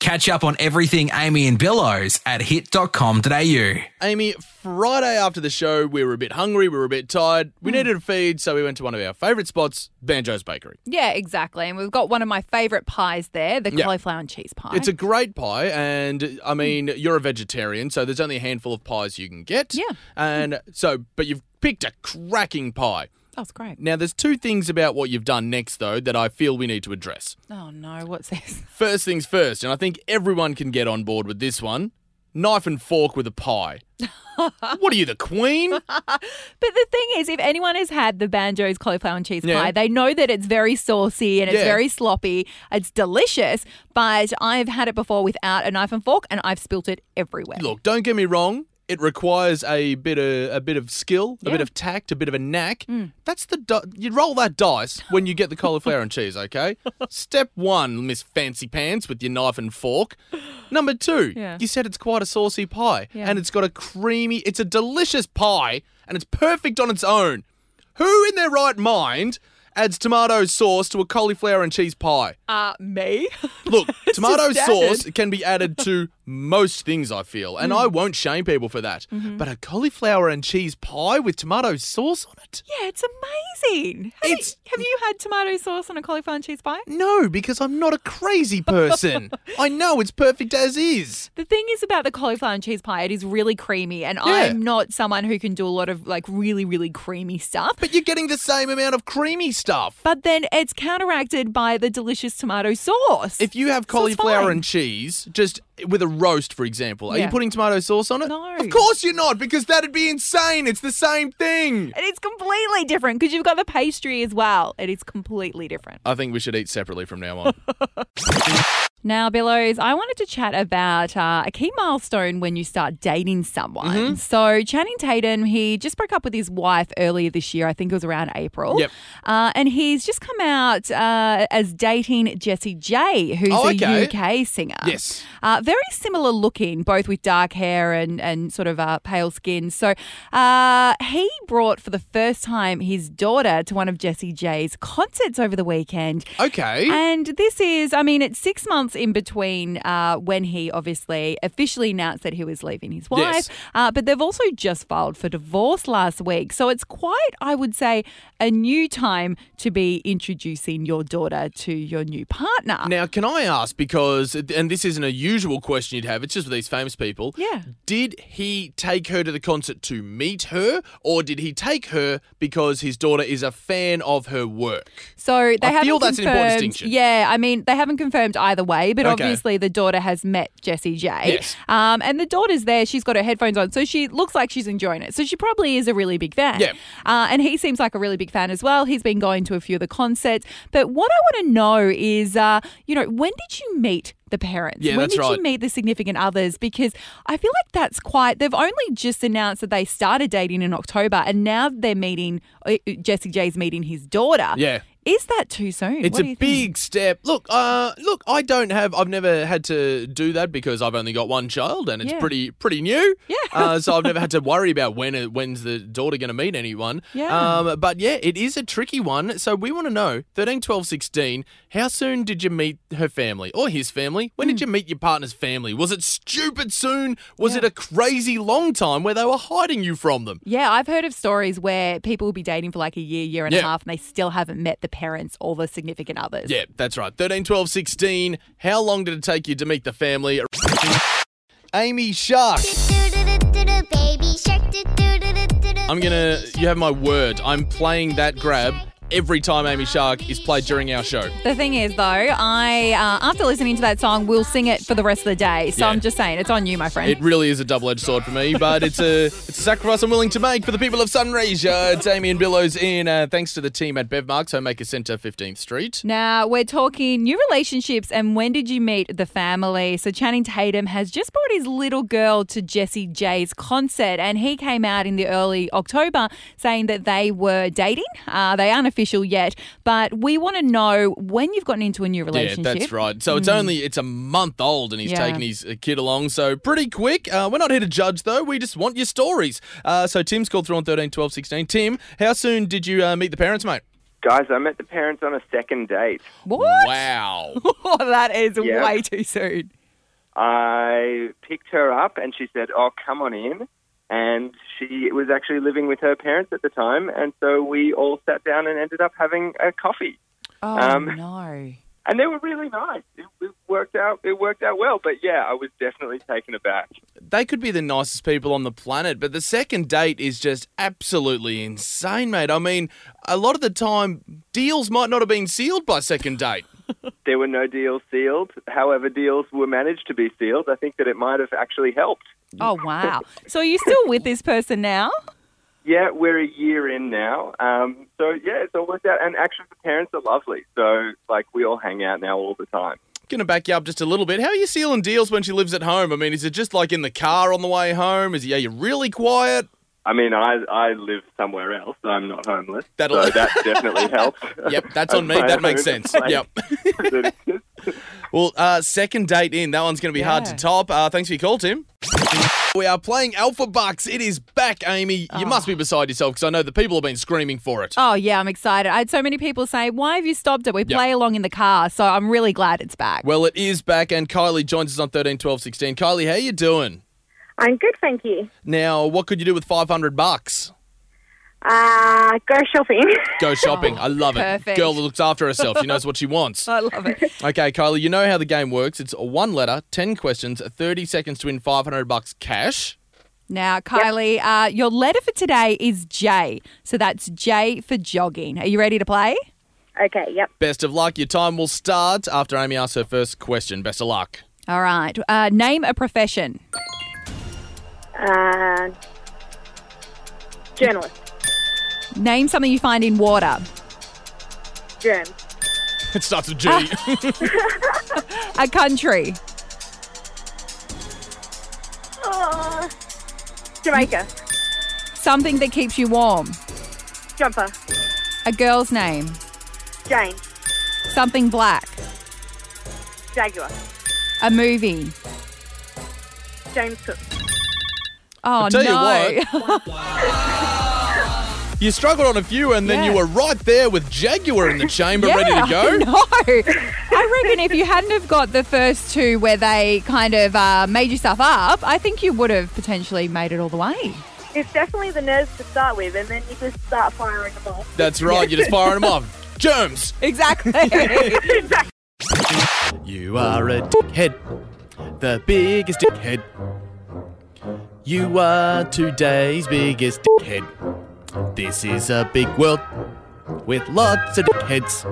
Catch up on everything Amy and Billows at hit.com.au. Amy, Friday after the show, we were a bit hungry, we were a bit tired, we needed a feed, so we went to one of our favourite spots, Banjo's Bakery. Yeah, exactly. And we've got one of my favourite pies there, the cauliflower and cheese pie. It's a great pie, and I mean, you're a vegetarian, so there's only a handful of pies you can get. Yeah. And so, but you've picked a cracking pie. That's great. Now, there's two things about what you've done next, though, that I feel we need to address. Oh no, what's this? First things first, and I think everyone can get on board with this one knife and fork with a pie. what are you, the queen? But the thing is, if anyone has had the Banjo's cauliflower and cheese Yeah. pie, they know that it's very saucy and it's Yeah. very sloppy. It's delicious, but I've had it before without a knife and fork and I've spilt it everywhere. Look, don't get me wrong. It requires a bit of a bit of skill, a Yeah. Hmm. bit of tact, a bit of a knack. That's the di- you roll that dice when you get the cauliflower and cheese. Okay. Step one, Miss Fancy Pants, with your knife and fork. Number two, Yeah. you said it's quite a saucy pie, Yeah. and it's got a creamy. It's a delicious pie, and it's perfect on its own. Who in their right mind adds tomato sauce to a cauliflower and cheese pie? Uh, me? Look, tomato just sauce can be added to most things, I feel, and Mm. I won't shame people for that. Mm-hmm. But a cauliflower and cheese pie with tomato sauce on it? yeah, it's amazing. Have, It's- you, have you had tomato sauce on a cauliflower and cheese pie? No, because I'm not a crazy person. I know it's perfect as is. The thing is about the cauliflower and cheese pie, it is really creamy, and Yeah. I'm not someone who can do a lot of like really, really creamy stuff. But you're getting the same amount of creamy stuff. But then it's counteracted by the delicious tomato sauce. If you have So it's cauliflower fine. and cheese, just with a roast, for example, are you Yeah. putting tomato sauce on it? No. Of course you're not, because that'd be insane. It's the same thing. and it's completely different because you've got the pastry as well. It is completely different. I think we should eat separately from now on. Now, Billows, I wanted to chat about uh, a key milestone when you start dating someone. Mm-hmm. So, Channing Tatum, he just broke up with his wife earlier this year. I think it was around April. Yep. Uh, and he's just come out uh, as dating Jessie J, who's Oh, okay. a UK singer. Yes. Uh, very similar looking, both with dark hair and, and sort of uh, pale skin. So, uh, he brought for the first time his daughter to one of Jessie J's concerts over the weekend. Okay. And this is, I mean, it's six months in between uh, when he obviously officially announced that he was leaving his wife. Yes. Uh, but they've also just filed for divorce last week. So it's quite, I would say, a new time to be introducing your daughter to your new partner. Now, can I ask because, and this isn't a usual question you'd have, it's just with these famous people. Yeah. Did he take her to the concert to meet her, or did he take her because his daughter is a fan of her work? So they I haven't feel that's an confirmed. important distinction. Yeah, I mean they haven't confirmed either way, but Okay. obviously the daughter has met Jessie J. Yes. Um, and the daughter's there. She's got her headphones on, so she looks like she's enjoying it. So she probably is a really big fan. Yeah. Uh, and he seems like a really big fan as well. He's been going to a few of the concerts. But what I want to know is, uh, you know, when did you meet? The parents. Yeah, when that's did right. you meet the significant others? Because I feel like that's quite. They've only just announced that they started dating in October, and now they're meeting. uh, Jessie J's meeting his daughter. Yeah. Is that too soon? It's What do a you think? big step. Look, uh, look, I don't have. I've never had to do that because I've only got one child, and it's Yeah. pretty pretty new. Yeah. Uh, so I've never had to worry about when uh, when's the daughter going to meet anyone. Yeah. Um, but yeah, it is a tricky one. So we want to know 13, 12, 16, How soon did you meet her family or his family? When Hmm. did you meet your partner's family? Was it stupid soon? Was it a crazy long time where they were hiding you from them? Yeah, I've heard of stories where people will be dating for like a year, year and Yeah. a half, and they still haven't met the parents or the significant others. Yeah, that's right. 13, 12, 16. How long did it take you to meet the family? Amy Shark. Baby shark. I'm gonna, you have my word, I'm playing that grab every time Amy Shark is played during our show. The thing is, though, I uh, after listening to that song, will sing it for the rest of the day. So Yeah. I'm just saying, it's on you, my friend. It really is a double edged sword for me, but it's a, it's a sacrifice I'm willing to make for the people of Sunraysia. It's Amy and Billows in. Uh, thanks to the team at Bevmarks, Homemaker Centre, 15th Street. Now, we're talking new relationships and when did you meet the family? So, Channing Tatum has just brought his little girl to Jessie J's concert, and he came out in the early October saying that they were dating. Uh, they aren't official yet, but we want to know when you've gotten into a new Yeah, relationship. Hmm. that's right. So it's only it's a month old, and he's Yeah. taking his uh, kid along. So pretty quick. Uh, we're not here to judge, though. We just want your stories. Uh, so Tim's called through on thirteen, twelve, sixteen. Tim, how soon did you uh, meet the parents, mate? Guys, I met the parents on a second date. What? Wow. that is Yeah. way too soon. I picked her up and she said, Oh, come on in. And she was actually living with her parents at the time. And so we all sat down and ended up having a coffee. Oh Um, no. And they were really nice. It, it worked out. It worked out well. But yeah, I was definitely taken aback. They could be the nicest people on the planet, but the second date is just absolutely insane, mate. I mean, a lot of the time, deals might not have been sealed by second date. There were no deals sealed. However, deals were managed to be sealed. I think that it might have actually helped. Oh wow. So are you still with this person now? Yeah, we're a year in now. Um, so yeah, it's all worked out. And actually, the parents are lovely. So like, we all hang out now all the time. Gonna back you up just a little bit. How are you sealing deals when she lives at home? I mean, is it just like in the car on the way home? Is are you really quiet? I mean, I I live somewhere else. I'm not homeless. That'll- so that definitely helps. Yep, that's on me. That makes sense. Yep. Well, uh, second date in. That one's going to be hard to Yeah. top. Uh, thanks for your call, Tim. We are playing Alpha Bucks. It is back, Amy. You must be beside yourself because I know the people have been screaming for it. Oh yeah, I'm excited. I had so many people say, "Why have you stopped it?" We play along in the car, so I'm really glad it's back. Well, it is back, and Kylie joins us on 13, 12, 16. Kylie, how you doing? I'm good, thank you. Now, what could you do with 500 bucks? Uh, go shopping. Go shopping. I love it. Oh, perfect. Girl that looks after herself. She knows what she wants. I love it. Okay, Kylie, you know how the game works. It's one letter, 10 questions, 30 seconds to win 500 bucks cash. Now, Kylie, uh, your letter for today is J. So that's J for jogging. Are you ready to play? okay, yep. Best of luck. Your time will start after Amy asks her first question. Best of luck. All right. Uh, name a profession. Uh, journalist, Name something you find in water. germ, It starts with G. Ah. A country. oh, Jamaica, Something that keeps you warm. jumper, A girl's name. Jane, Something black. Jaguar, A movie. James Cook. Oh, I tell you no. you struggled on a few, and then Yeah. you were right there with Jaguar in the chamber, ready to go. No. I reckon if you hadn't have got the first two where they kind of uh, made you stuff up, I think you would have potentially made it all the way. It's definitely the nerves to start with, and then you just start firing them off. That's right. You're just firing them off. Germs. Exactly. You are a dickhead, the biggest dickhead. You are today's biggest dickhead. This is a big world with lots of dickheads.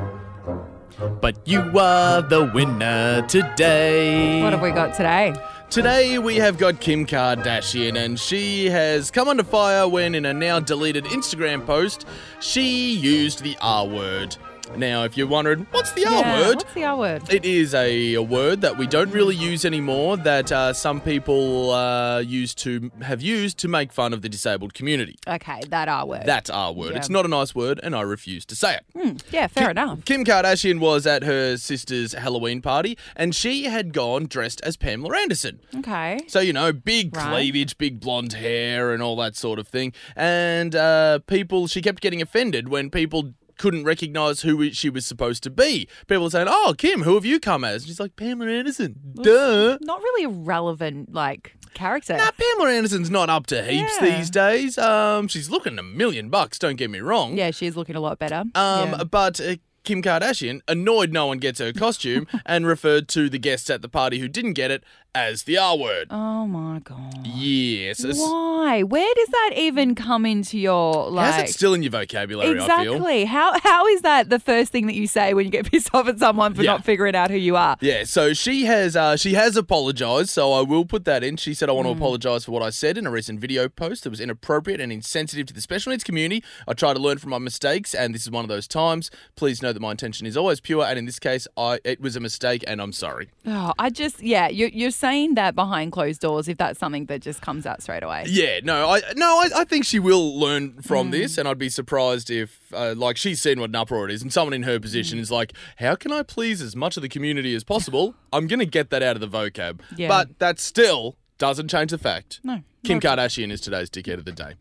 But you are the winner today. What have we got today? Today we have got Kim Kardashian, and she has come under fire when, in a now deleted Instagram post, she used the R word. Now, if you're wondering, what's the R Yeah, word? What's the R word? It is a, a word that we don't really use anymore that uh, some people uh, used to have used to make fun of the disabled community. Okay, that R word. That's our word. Yeah. Hmm. It's not a nice word, and I refuse to say it. yeah, fair enough. Kim Kardashian was at her sister's Halloween party, and she had gone dressed as Pamela Anderson. Okay. So, you know, big Right. cleavage, big blonde hair, and all that sort of thing. And uh, people, she kept getting offended when people couldn't recognize who she was supposed to be. People were saying, Oh, Kim, who have you come as? She's like, Pamela Anderson. Duh. Not really a relevant like character. Now, Pamela Anderson's not up to heaps Yeah. these days. Um, she's looking a million bucks, don't get me wrong. Yeah, she's looking a lot better. Um, Yeah. But uh, Kim Kardashian, annoyed no one gets her costume, and referred to the guests at the party who didn't get it as the R word. Oh my god. Yes. it's- Why? Where does that even come into your like? How's it still in your vocabulary, I feel? exactly. How how is that the first thing that you say when you get pissed off at someone for Yeah. not figuring out who you are? Yeah, so she has uh, she has apologised, so I will put that in. She said I want Mm. to apologise for what I said in a recent video post that was inappropriate and insensitive to the special needs community. I try to learn from my mistakes, and this is one of those times. Please know that my intention is always pure, and in this case, I it was a mistake, and I'm sorry. Oh, I just yeah, you're you're saying that behind closed doors if that's something that just comes out straight away. Yeah, no, I no, I, I think she will learn from Hmm. this, and I'd be surprised if, uh, like, she's seen what an uproar it is, and someone in her position Hmm. is like, "How can I please as much of the community as possible? I'm gonna get that out of the vocab." Yeah. But that still doesn't change the fact. No. Kim Kardashian is today's dickhead of the day.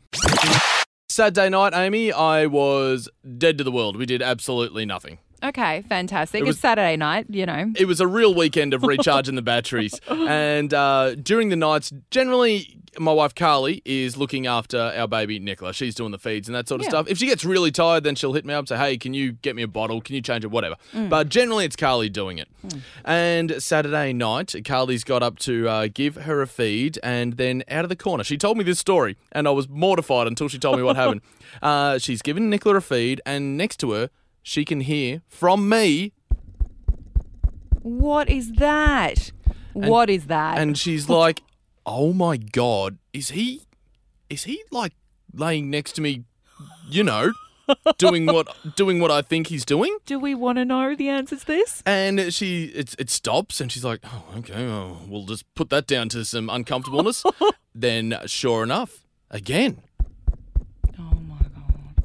Saturday night, Amy, I was dead to the world. We did absolutely nothing. Okay, fantastic. It was- it's Saturday night, you know. It was a real weekend of recharging the batteries. And uh, during the nights, generally, my wife Carly is looking after our baby Nicola. She's doing the feeds and that sort of Yeah. stuff. If she gets really tired, then she'll hit me up and say, hey, can you get me a bottle? Can you change it? Whatever. But generally, it's Carly doing it. And Saturday night, Carly's got up to uh, give her a feed and then out of the corner. She told me this story and I was mortified until she told me what happened. Uh, she's given Nicola a feed and next to her, she can hear from me What is that? what is that? and she's like, "Oh my god, is he, is he like laying next to me, you know, doing what doing what I think he's doing?" Do we want to know the answer to this? And she it, it stops, and she's like, "Oh, okay, well, we'll just put that down to some uncomfortableness." then, sure enough, again, Oh my god.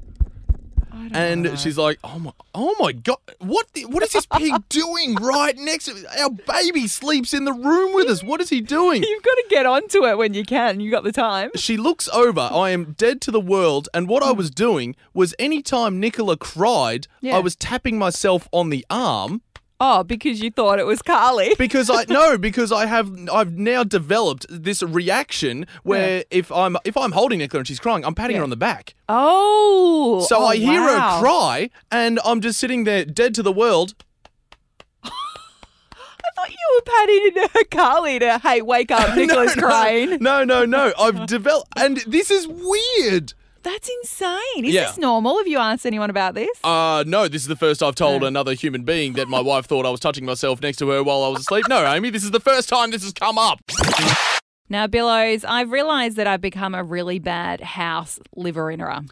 I don't and know. she's like, "Oh my, oh my god, what the, what is this pig doing right next to our baby? Sleeps in the room with us. What is he doing?" You've got to get onto it when you can. You got the time. She looks over. I am dead to the world. And what I Hmm. was doing was any time Nicola cried, Yeah. I was tapping myself on the arm Oh, because you thought it was Carly. because I no because I have I've now developed this reaction where if I'm if I'm holding Nicola and she's crying, I'm patting Yeah. her on the back. Oh. So oh, I hear wow. her cry, and I'm just sitting there dead to the world. I thought you were patting into her Carly to, hey, wake up, Nicola's no, crying. No, no, no. I've developed, and this is weird. That's insane. Is Yeah. this normal? Have you asked anyone about this? Uh, no, this is the first I've told another human being that my wife thought I was touching myself next to her while I was asleep. No, Amy, this is the first time this has come up. Now, Billows, I've realised that I've become a really bad house liverinera.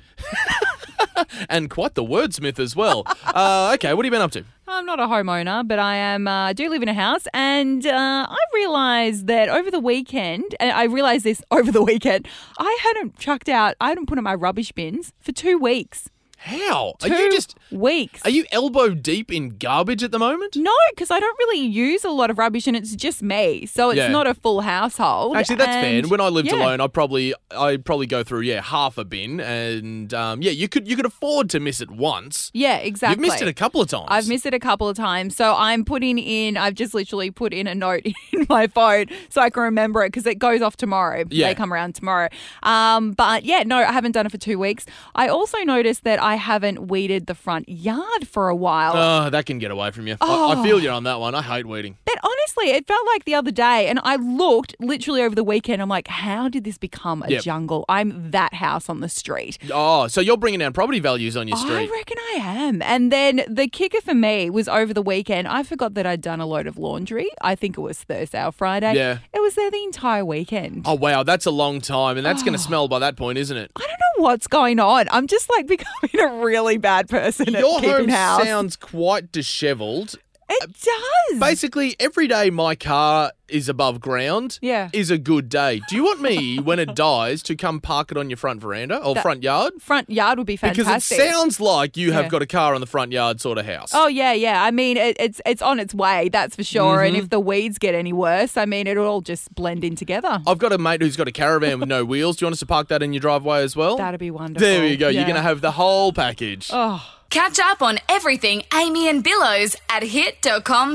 And quite the wordsmith as well. Uh, okay, what have you been up to? I'm not a homeowner, but I am. Uh, do live in a house, and uh, I realised that over the weekend, and I realised this over the weekend, I hadn't chucked out, I hadn't put in my rubbish bins for two weeks. How? Two Are you just. weeks? Are you elbow deep in garbage at the moment? No, because I don't really use a lot of rubbish, and it's just me, so it's Yeah. not a full household. Actually, that's fair. and- And when I lived yeah. alone, I probably I probably go through yeah half a bin, and um, yeah, you could you could afford to miss it once. yeah, exactly. You've missed it a couple of times. I've missed it a couple of times. So I'm putting in, I've just literally put in a note in my phone so I can remember it because it goes off tomorrow. Yeah. They come around tomorrow. Um, but yeah, no, I haven't done it for two weeks. I also noticed that I haven't weeded the front yard for a Oh. while. Oh, that can get away from you. I, I feel you on that one. I hate weeding. but honestly, it felt like the other day, and I looked literally over the weekend. I'm like, how did this become a Yep. jungle? I'm that house on the street. Oh, so you're bringing down property values on your street. I reckon I am. And then the kicker for me was over the weekend. I forgot that I'd done a load of laundry. I think it was Thursday or Friday. Yeah. It was there the entire weekend. Oh wow, that's a long time, and that's Ah. going to smell by that point, isn't it? I don't know what's going on. I'm just like becoming a really bad person Your at keeping home house. Mm. sounds quite dishevelled. it does. Basically, every day my car is above ground. Yeah. is a good day. Do you want me, when it dies, to come park it on your front veranda or front yard? Front yard would be fantastic. Because it sounds like you have Yeah. got a car on the front yard sort of house. Oh yeah, yeah. I mean, it, it's it's on its way, that's for sure. And Mm-hmm. if the weeds get any worse, I mean, it'll all just blend in together. I've got a mate who's got a caravan with no wheels. Do you want us to park that in your driveway as well? That'd be wonderful. there you go. You're Yeah. going to have the whole package. Oh. Catch up on everything Amy and Billows at hit.com.au.